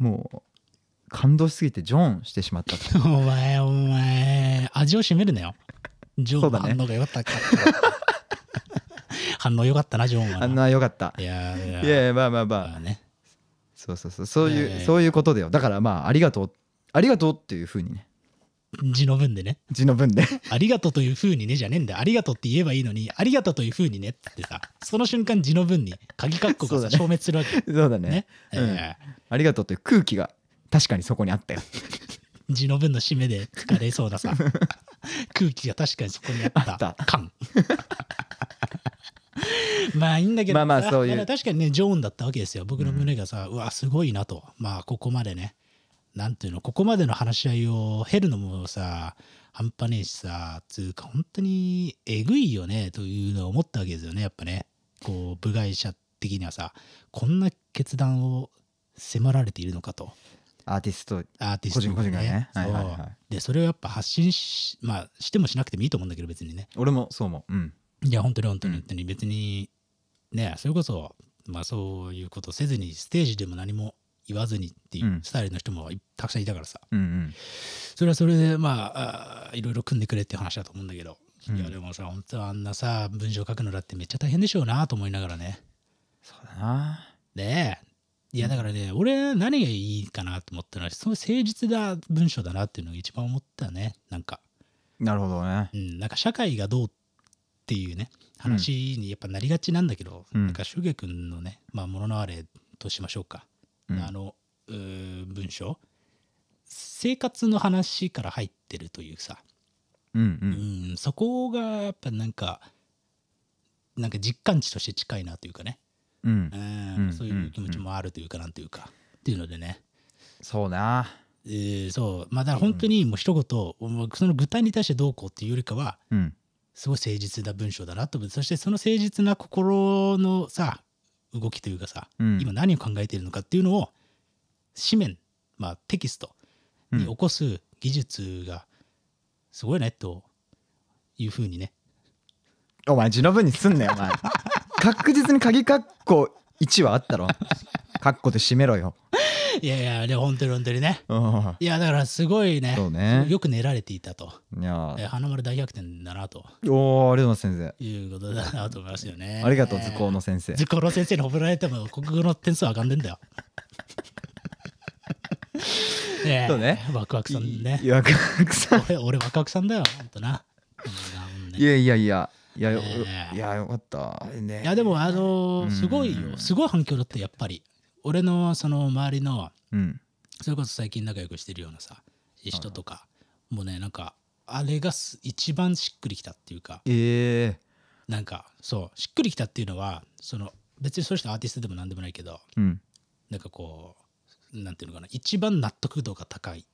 Speaker 3: うもう感動しすぎてジョンしてしまったと
Speaker 2: お前お前味を占めるなよジョーンの
Speaker 3: そうだね
Speaker 2: 反応が良かった か反応良かったなジョーンはな
Speaker 3: あんなよかった
Speaker 2: いやーいや
Speaker 3: いやいやまあまあまあ、
Speaker 2: まあね
Speaker 3: そうそうそうそう
Speaker 2: いや
Speaker 3: いう、
Speaker 2: いやいや
Speaker 3: そういうことだよだからまあありがとうありがとうっていうふうにね
Speaker 2: 字の文でね
Speaker 3: 字の文で
Speaker 2: ありがとうというふうにねじゃねえんだよありがとうって言えばいいのにありがとうというふうにねってさその瞬間字の文に鍵括弧が
Speaker 3: そうだ
Speaker 2: さ
Speaker 3: ね
Speaker 2: 消滅するわけ
Speaker 3: そうだね
Speaker 2: ね
Speaker 3: うん
Speaker 2: えー
Speaker 3: ありがとうっていう空気が確かにそこにあったよ
Speaker 2: 字の文の締めで疲れそうだ さ空気が確かにそこにあ
Speaker 3: あっ
Speaker 2: ったた感 まあいいんだけど
Speaker 3: まあまあ
Speaker 2: さ
Speaker 3: そういう
Speaker 2: だから確かにねジョーンだったわけですよ僕の胸がさ、うわすごいなとまあここまでねなんていうのここまでの話し合いを経るのもさ半端ねえしさつうか本当にえぐいよねというのを思ったわけですよねやっぱねこう部外者的にはさこんな決断を迫られているのかと
Speaker 3: アーティスト
Speaker 2: アーティスト
Speaker 3: 個人個人がね
Speaker 2: そう、
Speaker 3: はいはいはい
Speaker 2: でそれをやっぱ発信し,、まあ、してもしなくてもいいと思うんだけど別にね
Speaker 3: 俺もそう思ううん
Speaker 2: いや本当に本当に
Speaker 3: うん
Speaker 2: 本当に別にねそれこそ、まあ、そういうことせずにステージでも何も言わずにってい
Speaker 3: うん
Speaker 2: うスタイルの人もいたくさんいたからさ、
Speaker 3: うんうん
Speaker 2: それはそれでまああーいろいろ組んでくれっていう話だと思うんだけど、
Speaker 3: うん
Speaker 2: いやでもさ本当はあんなさ文章書くのだってめっちゃ大変でしょうなと思いながらね
Speaker 3: そうだな
Speaker 2: ねえいやだからね、俺何がいいかなと思ったのはそういう誠実な文章だなっていうのが一番思ったねなんか
Speaker 3: なるほどね
Speaker 2: うん、なんか社会がどうっていうね話にやっぱなりがちなんだけど、
Speaker 3: うん
Speaker 2: なんかシュゲ君のね、まあ、物のあれとしましょうか、
Speaker 3: うん
Speaker 2: あのうー文章生活の話から入ってるというさ、
Speaker 3: うんう
Speaker 2: うんん、そこがやっぱなんかなんか実感値として近いなというかね、
Speaker 3: うん
Speaker 2: うん
Speaker 3: うん
Speaker 2: そういう気持ちもあるというかなんというか、っていうのでね
Speaker 3: そうな
Speaker 2: えーそうまあだから本当にもう一言、もうその具体に対してどうこうっていうよりかは
Speaker 3: うん
Speaker 2: すごい誠実な文章だなと思ってそしてその誠実な心のさ動きというかさ、
Speaker 3: うん
Speaker 2: 今何を考えているのかっていうのを紙面、まあ、テキスト
Speaker 3: う
Speaker 2: に
Speaker 3: ん
Speaker 2: 起こす技術がすごいねというふうにね
Speaker 3: お前字の文にすんなよ お前確実に鍵括弧1はあったろ括弧で締めろよ
Speaker 2: いやいやで本当に本当にね
Speaker 3: うん
Speaker 2: いやだからすごいね
Speaker 3: そうね
Speaker 2: よく練られていたと、
Speaker 3: いや
Speaker 2: えー花丸大逆転だなと
Speaker 3: おおありがとうございます先
Speaker 2: いうことだなと思いますよね
Speaker 3: 生ありがとう図工の先生
Speaker 2: 図工の先生に褒められても国語の点数は上がんねえんだ よ。ねえ
Speaker 3: そうね
Speaker 2: ワクワクさんね
Speaker 3: い。やくさん
Speaker 2: 俺、俺ワクワクさんだよ、ほんとな。うん
Speaker 3: いやいやいやいやよ
Speaker 2: ねえ
Speaker 3: いやよかったね
Speaker 2: いや、でも、あの
Speaker 3: う
Speaker 2: ー
Speaker 3: ん
Speaker 2: すごいよ。すごい反響だって、やっぱり。俺の、その、周りの、
Speaker 3: うん
Speaker 2: それこそ最近仲良くしてるようなさ、人とか、もうね、なんか、あれがす一番しっくりきたっていうか、
Speaker 3: ええ
Speaker 2: なんか、そう、しっくりきたっていうのは、その、別にそういう人アーティストでもなんでもないけど、
Speaker 3: うん
Speaker 2: なんかこうなんていうのかな一番納得度が高い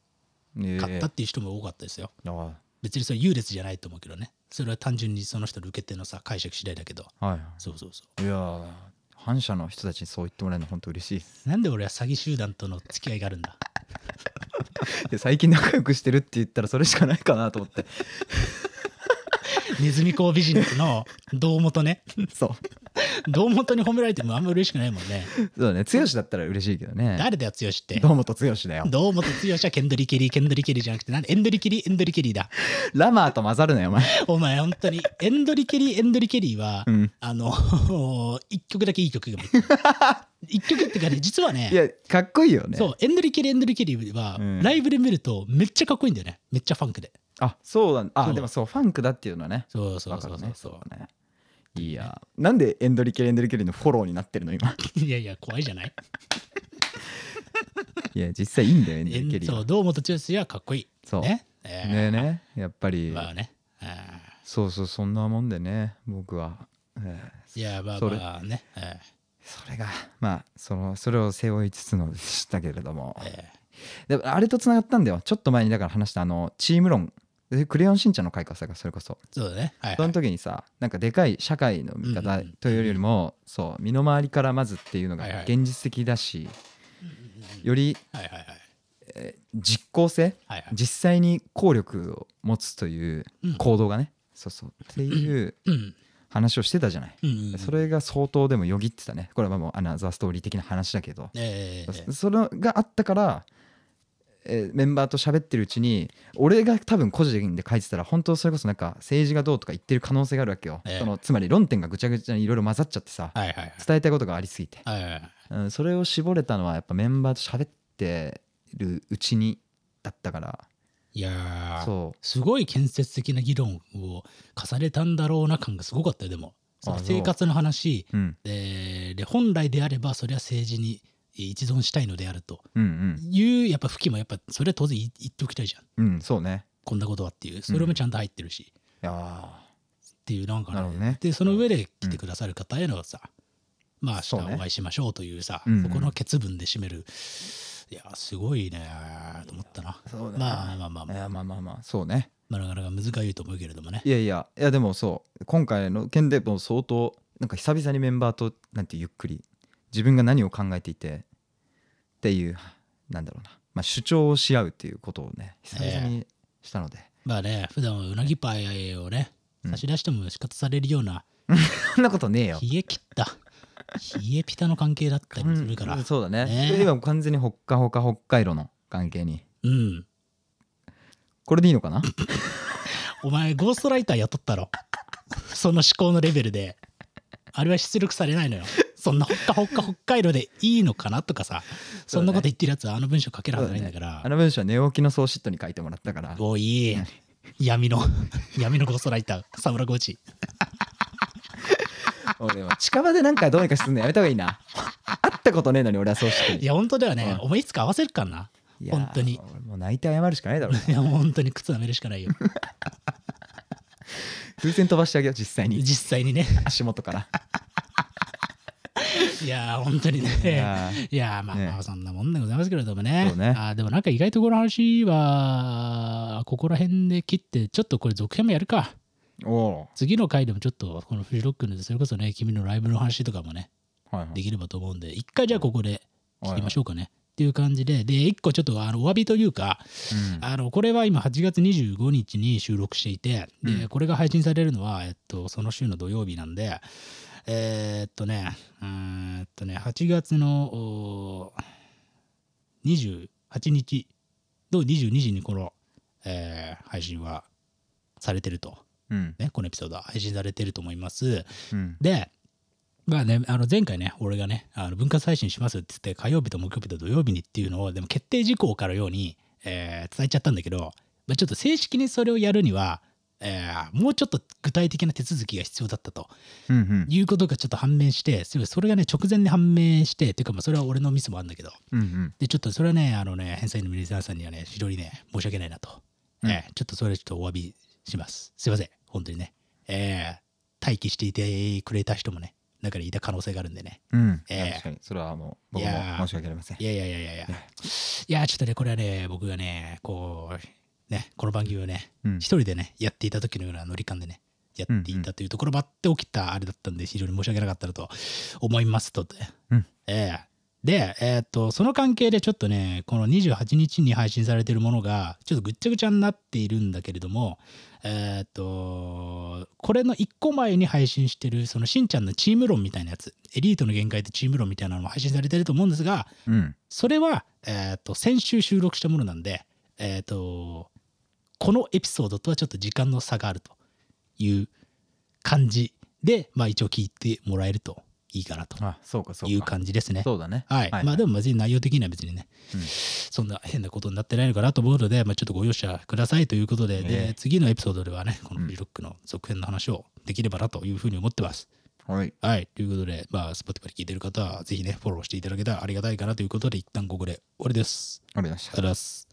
Speaker 3: ええ
Speaker 2: かったっていう人も多かったですよ、
Speaker 3: あ
Speaker 2: 別にそれ優劣じゃないと思うけどねそれは単純にその人の受け手のさ解釈次第だけど
Speaker 3: は
Speaker 2: そうそうそ
Speaker 3: いいや反社の人たちにそう言ってもらえるの本当嬉しいです
Speaker 2: うなんで俺は詐欺集団との付き合いがあるんだ
Speaker 3: で最近仲良くしてるって言ったらそれしかないかなと思って
Speaker 2: ネズミ講ビジネスの堂本ね
Speaker 3: そう
Speaker 2: 堂本に褒められてもあんま嬉しくないもんね
Speaker 3: そうだね剛だったら嬉しいけどね
Speaker 2: 誰だよ剛って
Speaker 3: 堂本剛だよ
Speaker 2: 堂本剛はケンドリケリーケンドリケリーじゃなくてなんでエンドリケリーエンドリケリーだ
Speaker 3: ラマーと混ざるなよお前
Speaker 2: お前本当にエンドリケリーエンドリケリーは、
Speaker 3: うん
Speaker 2: あの 一曲だけいい曲 が一曲っていうかね実はね
Speaker 3: いやかっこいいよね
Speaker 2: そうエンドリケリーエンドリケリーは、
Speaker 3: うん
Speaker 2: ライブで見るとめっちゃかっこいいんだよねめっちゃファンクで
Speaker 3: あそうなん
Speaker 2: そ
Speaker 3: あ
Speaker 2: う
Speaker 3: でもそうファンクだっていうのはね
Speaker 2: そうそ
Speaker 3: わ
Speaker 2: う
Speaker 3: か
Speaker 2: そう
Speaker 3: るね
Speaker 2: そう
Speaker 3: そうねいやなんでエンドリケリエンドリケリのフォローになってるの今
Speaker 2: いやいや怖いじゃない
Speaker 3: いや実際いいんだよエン
Speaker 2: え
Speaker 3: ドリケ
Speaker 2: ん
Speaker 3: リは
Speaker 2: そう堂本剛はかっこいい
Speaker 3: そう
Speaker 2: ねえー
Speaker 3: ねねやっぱり、
Speaker 2: まあねあー
Speaker 3: そうそうそんなもんでね僕は、えー
Speaker 2: いやまあ
Speaker 3: それ
Speaker 2: まあね、え
Speaker 3: それがまあそのそれを背負いつつのでしたけれども
Speaker 2: ええ
Speaker 3: であれとつながったんだよちょっと前にだから話したあのチーム論えクレヨンしんちゃんの回かさそれこそ
Speaker 2: えそうだねはい、
Speaker 3: そ
Speaker 2: はい
Speaker 3: の時にさなんかでかい社会の見
Speaker 2: うん
Speaker 3: 方
Speaker 2: うんうん
Speaker 3: というよりもそう身の回りからまずっていうの
Speaker 2: はいは
Speaker 3: が
Speaker 2: い
Speaker 3: 現実的だし
Speaker 2: うん
Speaker 3: より
Speaker 2: はいはいはい
Speaker 3: 実効性
Speaker 2: はいはい
Speaker 3: 実際に効力を持つという
Speaker 2: うん
Speaker 3: 行動がねそうそうっていう
Speaker 2: うん
Speaker 3: 話をしてたじゃない
Speaker 2: うんうん
Speaker 3: それが相当でもよぎってたねこれはもうアナザーストーリー的な話だけど
Speaker 2: ええええ
Speaker 3: それがあったから、えーメンバーと喋ってるうちに俺が多分個人で書いてたら本当それこそなんか政治がどうとか言ってる可能性があるわけよ、
Speaker 2: ええ
Speaker 3: そのつまり論点がぐちゃぐちゃにいろいろ混ざっちゃってさ、
Speaker 2: はいはいはい
Speaker 3: 伝えたいことがありすぎて、
Speaker 2: はいはいはい
Speaker 3: うん、それを絞れたのはやっぱメンバーと喋ってるうちにだったから
Speaker 2: いやー
Speaker 3: そう
Speaker 2: すごい建設的な議論を重ねたんだろうな感がすごかったよでもその
Speaker 3: あそう
Speaker 2: 生活の話
Speaker 3: うん
Speaker 2: でで本来であればそれは政治に一存したいのであると
Speaker 3: うん
Speaker 2: いうやっぱ吹きもやっぱそれは当然言い言っておきたいじゃん
Speaker 3: うんうんそうね
Speaker 2: こんなことはっていうそれもちゃんと入ってるし、
Speaker 3: いやー
Speaker 2: っていうなんか、ね
Speaker 3: なるほどね
Speaker 2: でその上で来てくださる方へのさ、まあ
Speaker 3: そ
Speaker 2: 明
Speaker 3: う
Speaker 2: 日
Speaker 3: ね
Speaker 2: お会いしましょうというさそ,、
Speaker 3: うんうん
Speaker 2: この結分で締めるいやすごいねと思ったな
Speaker 3: そうね
Speaker 2: まあまあまあ
Speaker 3: い
Speaker 2: まあ、
Speaker 3: やまあまあまあそうね
Speaker 2: まあ、なかなか難しいと思うけれどもね
Speaker 3: いやいやいやでもそう今回の件でも相当なんか久々にメンバーとなんてゆっくり自分が何を考えていてっていうなんだろうな、まあ、主張をし合うっていうことをね久々にしたので、
Speaker 2: まあね普段はうなぎパイをね
Speaker 3: うん
Speaker 2: 差し出しても仕方されるような
Speaker 3: そんなことねえよ
Speaker 2: 冷え切った冷えピタの関係だったりもするから
Speaker 3: うんそうだ
Speaker 2: ね
Speaker 3: ね
Speaker 2: え
Speaker 3: で今完全にほっかほか北海道の関係に
Speaker 2: うん
Speaker 3: これでいいのかな
Speaker 2: お前ゴーストライター雇ったろその思考のレベルであれは出力されないのよそんなほっかほっか北海道でいいのかなとかさそんなこと言ってるやつはあの文章書けるはずないんだから
Speaker 3: あの文章は寝起きの総シットに書いてもらったから
Speaker 2: おい闇の闇のゴーストライター沢村コーチ
Speaker 3: 俺は近場でなんかどうにかすんのやめた方がい いな会ったことねえのに俺は総シット
Speaker 2: い
Speaker 3: に
Speaker 2: や本当だよね、
Speaker 3: う
Speaker 2: お前いつか合わせるからない
Speaker 3: や
Speaker 2: 本当に
Speaker 3: 俺もう泣いて謝るしかないだろうない
Speaker 2: やもう本当に靴舐めるしかないよ
Speaker 3: 風船飛ばしてあげよう実際に
Speaker 2: 実際にね
Speaker 3: 足 元から
Speaker 2: いや本当に
Speaker 3: い
Speaker 2: ね
Speaker 3: やー
Speaker 2: いやまあまあそんなもんでございますけれどもね
Speaker 3: そうね
Speaker 2: あーでもなんか意外とこの話はここら辺で切ってちょっとこれ続編もやるか
Speaker 3: お
Speaker 2: 次の回でもちょっとこのフジロックのそれこそね君のライブの話とかもね
Speaker 3: おはいは
Speaker 2: で
Speaker 3: い
Speaker 2: きればと思うんで一回じゃあここで切りましょ
Speaker 3: ょ
Speaker 2: うかねっていう感じでで一個ちょっとあのお詫びというか
Speaker 3: うん
Speaker 2: あのこれは今8月25日に収録していてで
Speaker 3: うん
Speaker 2: これが配信されるのはえっとその週の土曜日なんでえーっとねうーんえっとね8月のおー28日の22時にこの、えー配信はされてると。
Speaker 3: うん
Speaker 2: ね、このエピソードは配信されてると思います。
Speaker 3: うん
Speaker 2: で、まあね、あの前回ね、俺がね、あの分割配信しますって言って、火曜日と木曜日と土曜日にっていうのを、でも決定事項からように、えー伝えちゃったんだけど、まあ、ちょっと正式にそれをやるには、えーもうちょっと具体的な手続きが必要だったと
Speaker 3: うんうん
Speaker 2: いうことがちょっと判明して、それそれがね、直前で判明して、っていうか、まあ、それは俺のミスもあるんだけど、
Speaker 3: うんうん
Speaker 2: で、ちょっとそれはね、あのね、返済のミリザーさんにはね、非常にね、申し訳ないなと。
Speaker 3: うん
Speaker 2: えーちょっとそれはちょっとお詫びします。すいません、本当にね。えー待機していてくれた人もね、中にいた可能性があるんでね。
Speaker 3: うん
Speaker 2: ええ
Speaker 3: 確かにそれはもう僕
Speaker 2: い
Speaker 3: も
Speaker 2: やー
Speaker 3: 申し訳ありません
Speaker 2: いやいやいやいやいや。いや、ちょっとね、これはね、僕がね、こう、ね、この番組をね、
Speaker 3: うん
Speaker 2: 一人でね、やっていた時のようなノリ感でね、やっていたというところばって起きたあれだったんで、非常に申し訳なかったなと思いますと。
Speaker 3: うん
Speaker 2: ええで、えーっと、その関係でちょっとね、この28日に配信されているものが、ちょっとぐっちゃぐちゃになっているんだけれども、えーっと、これの1個前に配信してる、そのしんちゃんのチーム論みたいなやつ、エリートの限界とチーム論みたいなのも配信されてると思うんですが、
Speaker 3: うん
Speaker 2: それは、えー、と先週収録したものなんで、えー、とこのエピソードとはちょっと時間の差があるという感じで、まあ、一応聞いてもらえるといいかなと
Speaker 3: あそうかそ
Speaker 2: いう
Speaker 3: うか
Speaker 2: 感じですね。
Speaker 3: そうだね
Speaker 2: はいまあでも別に内容的には別にね、
Speaker 3: うん
Speaker 2: そんな変なことになってないのかなと思うので、まあ、ちょっとご容赦くださいということで,、
Speaker 3: え
Speaker 2: で
Speaker 3: え
Speaker 2: 次のエピソードではねこのフジロックの続編の話をできればなというふうに思ってます。
Speaker 3: はい
Speaker 2: はい。ということで、まあ、Spotify で聞いてる方は、ぜひね、フォローしていただけたらありがたいかなということで、一旦ここで終わりです。
Speaker 3: ありがとうございました
Speaker 2: ありがとうございます。